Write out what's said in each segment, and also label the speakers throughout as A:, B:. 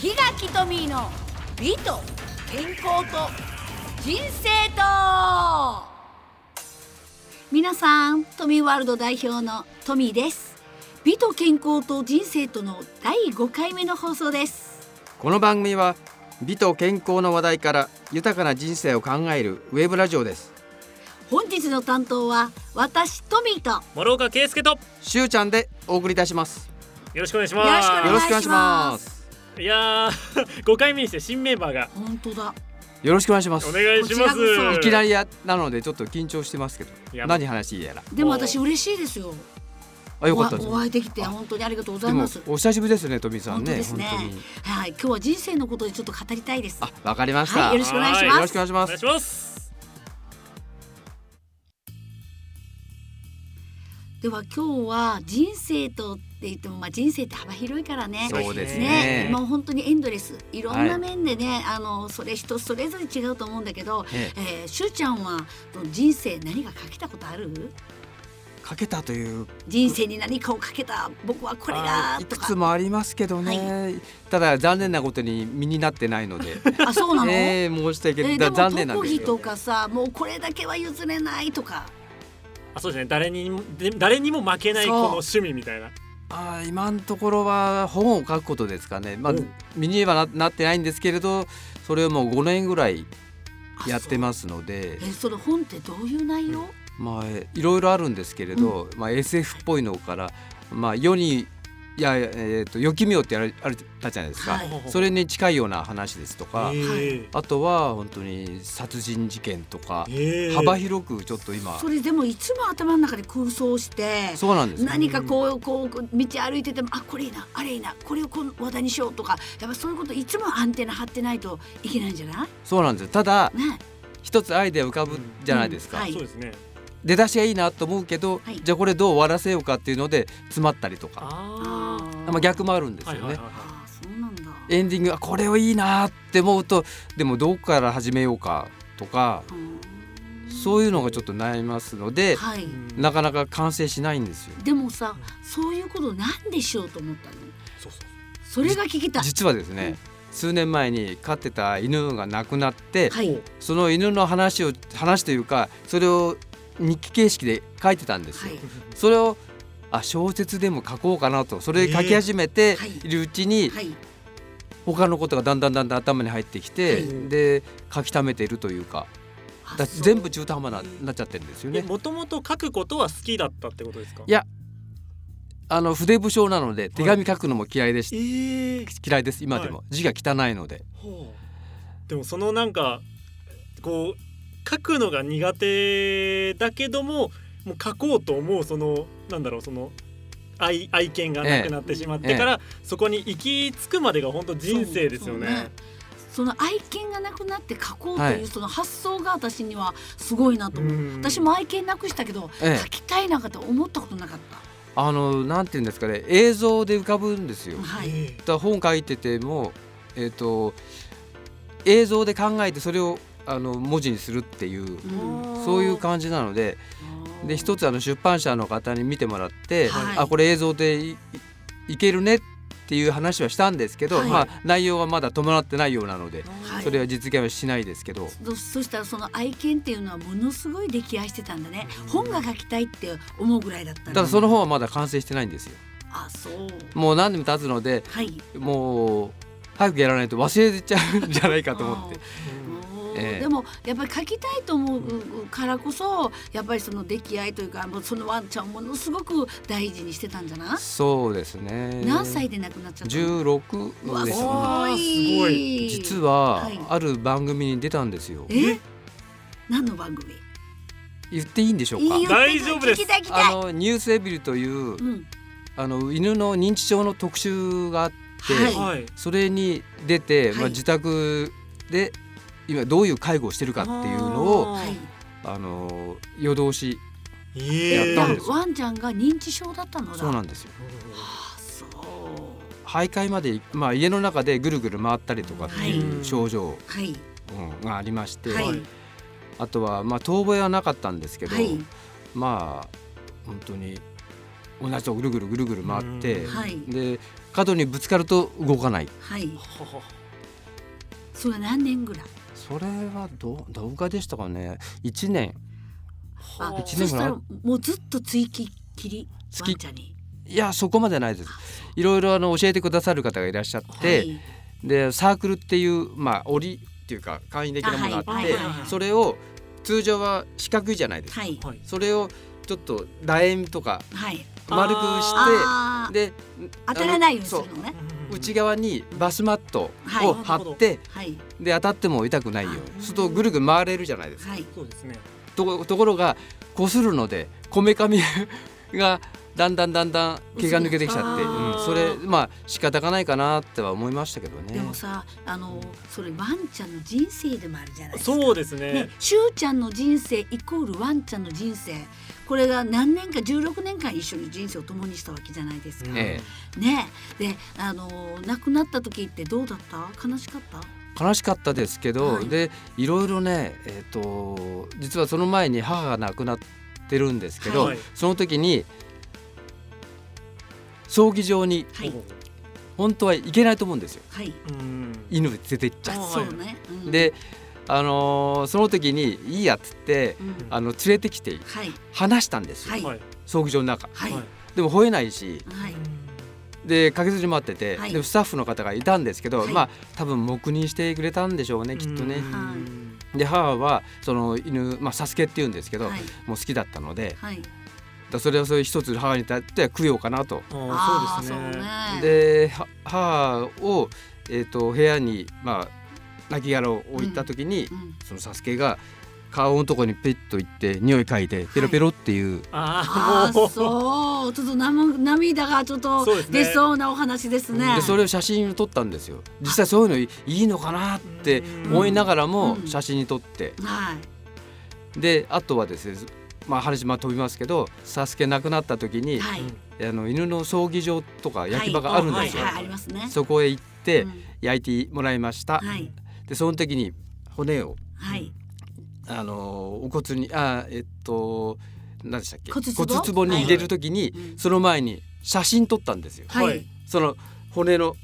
A: 日垣トミーの美と健康と人生と皆さんトミーワールド代表のトミーです美と健康と人生との第5回目の放送です
B: この番組は美と健康の話題から豊かな人生を考えるウェブラジオです
A: 本日の担当は私トミーとよ
C: 諸岡圭介とよ
B: しゅうちゃんでお送りいたします
C: ろしくお願いし
A: ろしくお願いします
C: ま
B: よろしく
C: す
B: お願いします
C: いやー 5回目にして新メンバーが
A: 本当だ
B: よろしくお願いします
C: お願いしま
A: こ
C: す
A: ちらこそ
B: いきなりやなのでちょっと緊張してますけ
C: い
B: ど
C: や
B: 何話していいやら
A: でも
C: もう
A: 私嬉しいですよ
B: あよかったです
A: おお会いできて本当にありがとうござ
B: で
A: い
B: も
A: ます
B: お久しぶりですね富井さん
A: 本当
B: ね
A: ですねはい今日は人生のことでちょっと語りたいです
B: あわかりました、
A: はいよろしくお願いします
B: よろしくお願いし
C: お
B: ま
C: 願い
B: す
C: します
A: では今日は人生とって言ってもまあ人生って幅広いからね
B: そうです
A: ね
B: ね
A: もう本当にエンドレスいろん
B: は
A: ない面でね、あのそれ人それぞれ違うと思うんだけど、
B: え
A: えー、しゅうちゃんは人生何がかけたことある
B: かけたという
A: 人生に何かをかけた僕はこれが
B: あい
A: と
B: く
A: か
B: つもありますけどね、ただ残念なことに身になってないので
A: あそうなの、え
B: ええ申し訳ない、
A: ー
B: だ
A: で
B: 残
A: も
B: 念なん
A: 特
B: で
A: 技
B: すけ
A: と
B: ど
A: かさもうこれだけは譲れないとか
C: あそうですね誰にもで誰にも負けない
A: そ
C: こ
A: う
C: の趣味みたいな
B: あー今のところは本を書くことですかね、まあ
C: うん、
B: 身にはななってないんですけれどそれをもう5年ぐらい
A: あ
B: やってますので
A: そうえーその本ってどういう内容、
B: まあえいろいろあるんですけれど、まあ、SF っぽいのから、まあ、世にいや、えー、と予期妙ってあるあるあったじゃないですか、
A: はい
B: それに近いような話ですとか、
C: えー
B: あとは本当に殺人事件とか、
C: えー
B: 幅広くちょっと今
A: それでもいつも頭の中で空想して
B: そうなんです、ね、
A: 何かこうこう道歩いててもあこれいいなあれいいなこれをこの話題にしようとかやっぱそういうこといつもアンテナ張ってないといけないんじゃない
B: そうなんですただ
A: ね
B: 一つアイデア浮かぶじゃないですか、
A: うんはい
C: そうですね
B: 出だしがいいなと思うけど、
A: はい
B: じゃあこれどう終わらせようかっていうので詰まったりとか
C: あ
B: まあ、逆もあるんです
C: ー
B: よ
C: は
B: ね、
C: いはいはいは
A: あーそうなんだ
B: エンディングあこれをいいなって思うとでもどこから始めようかとかそういうのがちょっと悩みますので、
A: はい、
C: いうん
B: なかなか完成しないんですよ
A: でもさそういうことなんでしようと思ったの
C: そうそう
A: それが聞きたい
B: 実はですね、
A: うん
B: 数年前に飼ってた犬が亡くなって、
A: はい
B: その犬の話を話というかそれを日記形式で書いてたんです
A: は
B: よ、
A: い
B: それをあ小説でも書こうかなとそれで書き始めて
A: はい
B: いるうちに
A: はい
B: 他のことがだんだんだんだん頭に入ってきて、
C: はい
B: で書き溜めているというか
A: あ
B: だ
A: そう
B: 全部中途半端ななっちゃってるんですよ
C: え
B: ね。
C: もともと書くことは好きだったってことですか
B: いやあの筆不精なので手紙書くのも嫌いでし、
C: えー
B: 嫌いです今でも、字が汚いので
C: ほうでもそのなんかこう書くのが苦手だけどももう書こうと思うそのなんだろうその愛愛犬がなくなってしまってから、そこに行き着くまでが本当人生ですよね。
A: そうそうねその愛犬がなくなって書こうと
B: はいいう
A: その発想が私にはすごいなと思う、
C: うん
A: 私も愛犬なくしたけど、
B: ええ
A: 書きたいなんかって思ったことなかった、
B: あのなんていうんですかね映像で浮かぶんですよ。
A: はい、
C: え
B: だから本書いてても、えっと映像で考えてそれをあの文字にするっていう
C: え
A: うん
B: そういう感じなのでで一つあの出版社の方に見てもらって、
A: はい
B: あこれ映像でいいいけるねっていう話はしたんですけど、
A: はい
B: まあ、内容はまだ伴ってないようなので、
A: はい
B: それは実現はしないですけど、
A: そそしたらその愛犬っていうのはものすごい溺愛してたんだね、本が書きたいって思うぐらいだった
B: た
A: の
B: だその本はまだ完成してないんですよ。
A: あそう
B: もう何年も経つので
A: はい
B: もう早くやらないと忘れちゃうんじゃないかと思って。
A: おー
B: ええ
A: でもやっぱり書きたいと思うからこそやっぱりその溺愛というかもうそのワンちゃんをものすごく大事にしてたんじゃない、
B: そうですね
A: 何歳で亡くなっちゃったの
B: 十六
A: うわ
B: ですす
C: うわ
B: ね。
A: ご
C: すご
A: い
B: 実
A: は
B: はいある番組に出たんですよ。
A: え何の番組
B: 言っていいんでしょ
A: いうい
B: か。
A: よ
C: 大丈夫です
A: 聞きたい聞きた
B: あ
A: い
B: のニュースエビルという
A: うん
B: あの犬の認知症の特集があって、
A: はい
C: はい
B: それに出て、
A: はい
B: まあ自宅で今どういう介護をしてるかっていうのを
C: あ
A: は
C: ー
A: い
B: あの夜通し
C: え
B: やっ
C: え
B: たん
A: だ
B: で
A: か
B: す
A: らワンちゃんが認知症だったのだ
B: そうなんですよ。
A: あそう
B: 徘徊までまあ家の中でぐるぐる回ったりとかってい
C: は
B: う
C: い
B: 症状
A: はい
B: うんがありまして、
A: はい
B: あとはまあ遠吠えはなかったんですけど、
A: はい
B: まあ本当に同じとこぐるぐるぐるぐる回って、
C: うん
A: はい
B: で角にぶつかると動かない
A: はい
C: はは
A: それは何年ぐらい
B: それはど動画でしたかね1年
A: あ
C: はあ
B: 一
A: そ
B: 年
A: し
B: ぐら
A: た
B: い
A: らもうずっと追記きり
B: つ
A: ワ
B: き
A: ンちゃんに
B: いやそこまでないですいろいろあの教えてくださる方がいらっしゃって、
A: はい
B: でサークルっていうまあ折っていうか簡易的なものがあ
A: は
B: っ
A: い
B: て、
A: はいはい
B: それを通常は四角いじゃないですか、
A: はい
C: はい
B: それをちょっと楕円とか
A: はい
B: 丸くし
A: あー
B: てで
A: 当たらないようにす
B: そ
A: る
B: う
A: のね
B: 内側にバスマット
A: はい
B: を張って、
A: はい
B: で当たっても痛くないように
C: うん
B: するとぐるぐる回れるじゃないですか。
A: はい
C: そうですね
B: とこところが擦るのでこめかみが だんだんだんだん毛が抜けてきちゃって、
A: 薄く
B: うん
C: あー
B: それまあ仕方がないかなっては思いましたけどね。
A: でもさあのそれワンちゃんの人生でもあるじゃないですか
C: そうです
A: ね
C: ね、
A: しゅうちゃんの人生イコールワンちゃんの人生これが何年か16年間一緒に人生を共にしたわけじゃないですか。
C: うん
A: ね
B: え
A: であのー亡くなった時ってどうだった悲しかった
B: 悲しかったですけど、
A: はい
B: でいろいろね、えー、と実はその前に母が亡くなってるんですけど、
C: はい
B: その時に葬儀場に
A: はい
C: ほう
B: 本当は行けないと思うんですよ
A: はい
C: うん
B: 犬連れて行っちゃ
A: あ
C: はい
A: そうね、うん、
B: で、あのーその時に「いいや」っつって
A: うん、
B: あの連れてきて
A: はい
B: 話したんですよ、
A: はい
C: はい
B: 葬儀場の中
A: はい
C: は
B: でも吠えないし
A: はい
B: で駆けずり回ってて、
A: はい
B: でスタッフの方がいたんですけど、
A: はい
B: まあ多分黙認してくれたんでしょうねきっとね。
A: は
B: で母はその犬、まあ、サスケっていうんですけど、
A: はい
B: もう好きだったので
A: はい
B: だそれをそれ一つ母に立っては供養かなと。
C: ああそうです
A: あー
C: ね
A: そうね
B: では母を、えー、と部屋に、まあ、亡きを置いた時に、
A: うん
B: そのサスケが顔のとこにペッと行って匂い嗅いでペロペロっていう、
C: あ
A: あ
C: あ
A: ー
C: もう
A: そうちょっとなも涙がちょっと
C: そうですね
A: 出そうなお話ですね。
B: でそれを写真を撮ったんですよ実際そういうのいいいのかなって思いながらも
A: うん
B: 写真に撮って、
A: はい
B: であとはですねまあ、話まあ飛びますけどサスケ亡くなった時に、
A: はい
B: あの犬の葬儀場とか焼き場があるんですよ、
A: はいはいはいありますね。
B: そこへ行って、
A: うん
B: 焼いてもらいました、
A: はい
B: でその時に骨を
A: はい
B: あのーお骨にあーえっと何でしたっけ
A: 骨壺
B: 壺に入れる時に、
A: はいうん
B: その前に写真撮ったんですよ、
A: はい
C: はい
B: その骨の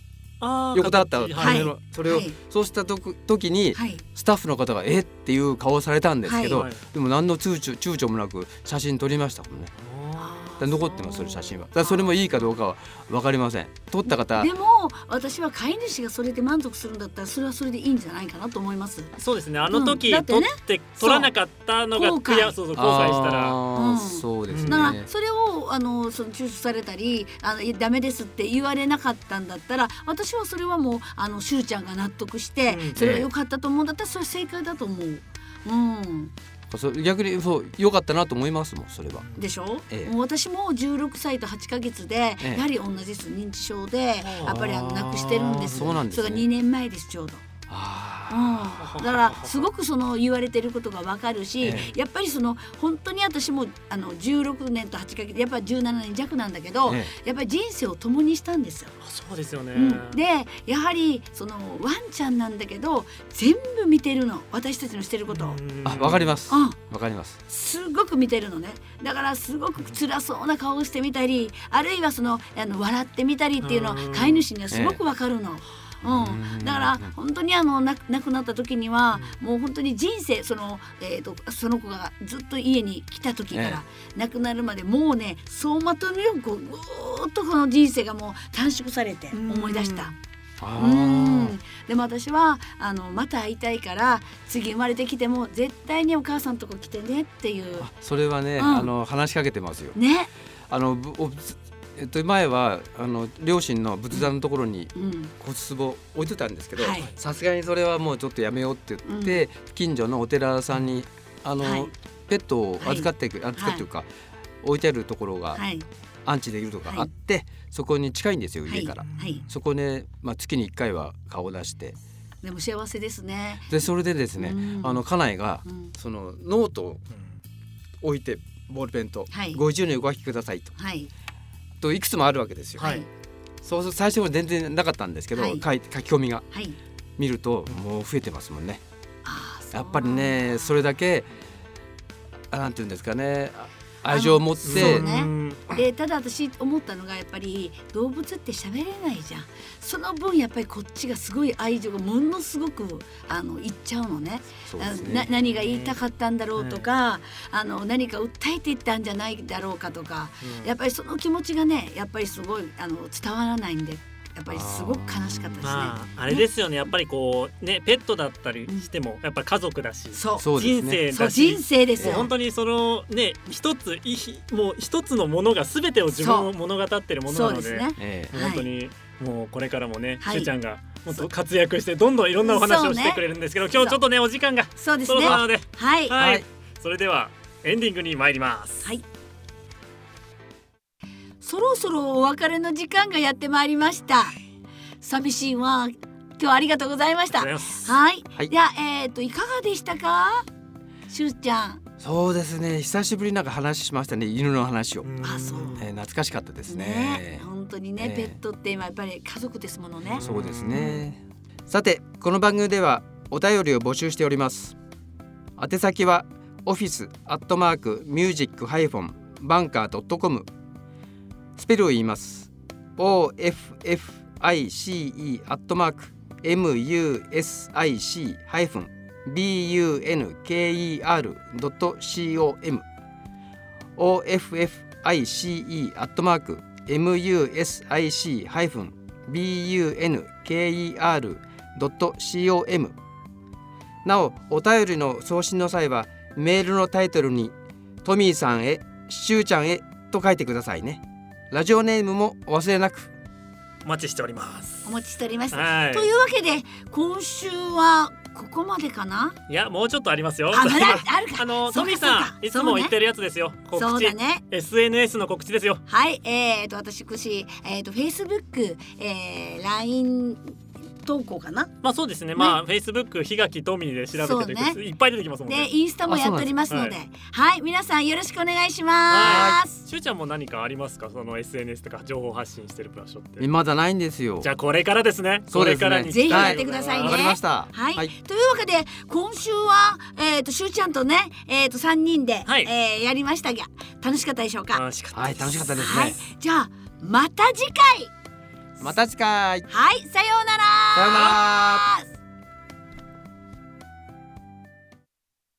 C: あー
B: 横たわった
C: 形
A: はい
B: 骨の、それを、
A: はい
B: そうしたとく時に、
A: はい
B: スタッフの方が「えっ?」ていう顔をされたんですけど、
C: はい
B: でも何の躊躇躊躇もなく写真撮りましたもんね
C: あ
A: あー
B: で残ってますそれ写真はだからそれもいいかどうかは分かりません撮った方
A: でも私は飼い主がそれで満足するんだったらそれはそれでいいんじゃないかなと思います。
C: ーそうですねあの時
A: うんだって
C: 取
A: ね
C: って取らなかったのが
A: そう
C: 悔やそうそう後悔したら
B: あー
A: うん
B: そうです
C: う
B: ね
C: ん
A: だからそれをあのその抽出されたりあのいやダメですって言われなかったんだったら私はそれはもうあのしゅうちゃんが納得して、
C: うん
A: それが良かったと思うんだったらそれは正解だと思う。うん、
B: そう逆にそう良かったなと思いますもんそれは。
A: でしょ、
B: ええ
A: もう私も16歳と8ヶ月で、
B: ええ
A: やはり同じです認知症で
C: あー
A: やっぱりあの亡くしてるんです
B: そうなんですね
A: それが2年前ですちょうど。
B: あ
A: うん、だからすごくその言われてることがわかるし、
B: え
A: やっぱりその本当に私もあの16年と8ヶ月やっぱ17年弱なんだけど、
B: え
A: やっぱり人生を共にしたんですよ。
C: あそうですよね
A: うん、でやはりそのワンちゃんなんだけど全部見てるの私たちのしてることを。
C: うん
B: あわかります
A: うん
B: わかります。
A: すごく見てるのねだからすごく辛そうな顔をしてみたりあるいはそのあの笑ってみたりっていうのは
C: うん
A: 飼い主にはすごくわかるの。うん、だから本当にあのな亡くなった時にはもう本当に人生その,、えー、とその子がずっと家に来た時か
B: え
A: ら亡くなるまでもうね走馬灯のようにこうぐーっとこの人生がもう短縮されて
C: うん
A: 思い出した。
B: あ
A: う
B: ー
A: んでも私はあのまた会いたいから次生まれてきても絶対にお母さんとこ来てねっていう
B: あそれはね、
A: うん
B: あの話しかけてますよ。
A: ね。
B: あのぶお仏えっと前はあの両親の仏壇のところに
A: うん
B: 骨壺置いてたんですけど
A: はい
B: さすがにそれはもうちょっとやめようって言って、近所のお寺さんにあの、
A: はい
B: ペットを預かってく、預かっていうか、置いてあるところが
A: はい
B: 安置できるとかあって、そこに近いんですよ
A: は
B: 家
A: い
B: から。
A: はい
B: そこね、まあ、月に1回は顔を出して
A: でも幸せですね。
B: でそれでですね、
A: うん
B: あの家内が
A: うん
B: そのノートを置いてボールペンと
A: はい
B: 50年ご書きくださいと,、
A: はい
B: い、といくつもあるわけですよ。
A: はい
B: そうすると最初は全然なかったんですけど、
A: はい
B: 書い書き込みが
A: はい。
B: 見るともう増えてますもんね。
A: あーそう
B: やっぱりねそれだけあなんていうんですかねあ愛情を持っ
A: あの
B: て
A: そうね
C: ん
A: でただ私思ったのがやっぱり動物って喋れないじゃんその分やっぱりこっちがすごい愛情がものすごくあの言っちゃうのね
B: そう
A: あ
B: で
A: の
B: す
A: な
B: ね
A: 何が言いたかったんだろうとか、あの何か訴えていったんじゃないだろうかとか
C: うん
A: やっぱりその気持ちがねやっぱりすごいあの伝わらないんでやっぱりすごく悲しかったですね。
C: まああれですよねやっぱりこうねペットだったりしてもやっぱ家族だし
A: そうそ
B: そうです
C: 人
B: ね
C: 生
A: う
C: だし
A: 人生です
C: もう
A: よ
C: 本。当にそのね一ついひもう一つのものが全てを自分を物語ってるもの
A: そ
C: な
A: う
C: の
A: で
C: です
A: ね。
B: ええ
C: もう本当に、もうこれからもね、
A: はい
C: しゅうちゃんがもっと活躍してどんどんいろんなお話
A: そう
C: を
A: ね
C: してくれるんですけど、今日ちょっとねお時間が
A: そうです
C: そろ
A: ね。
C: そろな
A: は
C: ので、
A: い。
C: はい、
B: はい
C: それではエンディングに参ります。
A: はいそろそろお別れの時間がやってまいりました。寂しいわ。今日はありがとうございまし
C: あ
A: た。
C: り
A: は
C: がとうございます。
A: い。
B: はい
A: じゃあえっ、といかがでしたか、しゅうちゃん。
B: そうですね久しぶりになんか話しましたね犬の話を、
C: ん
A: あそう
B: えー懐かしかったです
A: ね
B: ね
A: 本当にね、
B: ええ
A: ペットって今やっぱり家族ですものね。
B: そうですねさてこの番組ではお便りを募集しております宛先はオフィスアットマークミュージックハイフォンバンカードットコムスペルを言います OFFICE アットマーク MUSIC ハイフン BUNKER ドット COM OFFICE アットマーク MUSIC ハイフン bunker.com なおお便りの送信の際はメールのタイトルに「トミーさんへしゅうちゃんへ」と書いてくださいねラジオネームもお忘れなく
C: お待ちしております。
A: お持ちしております。
C: は
A: というわけで今週はここまでかな。
C: い。いやもうちょっとありますよ。
A: あまだあるか。
C: あの
A: そ
C: ト
A: うかそう
C: ミーさ
A: か
C: んいつも言ってるやつですよ。告
A: そう
C: 知、
A: だね。
C: SNS の告知ですよ。
A: はい、えー、と私くし、えー、と Facebook、えー、LINE 投稿かな
C: まあそうですね。まあ、Facebook 日垣トミーで調べてる
A: そう
C: いっぱい出てきますもんね
A: で。インスタもやっておりますのではい、皆さんよろしくお願いします
C: しゅうちゃんも何かありますかその SNS とか情報発信してる場所って。
B: まだないんですよ
C: じゃあこれからですね。
B: そうですね
C: これからに
A: ぜひやってくださいね
B: わかりました
A: はい、というわけで今週は、えー、としゅうちゃんとね、えー、と3人で、
C: はい
A: えーやりましたが楽しかったでしょうか、
C: 楽しかった
B: はい
C: です
B: 楽しかったですね、
A: はいじゃあまた次回
B: また次
A: はい
B: 回
A: さようなら
B: さようなら
A: あ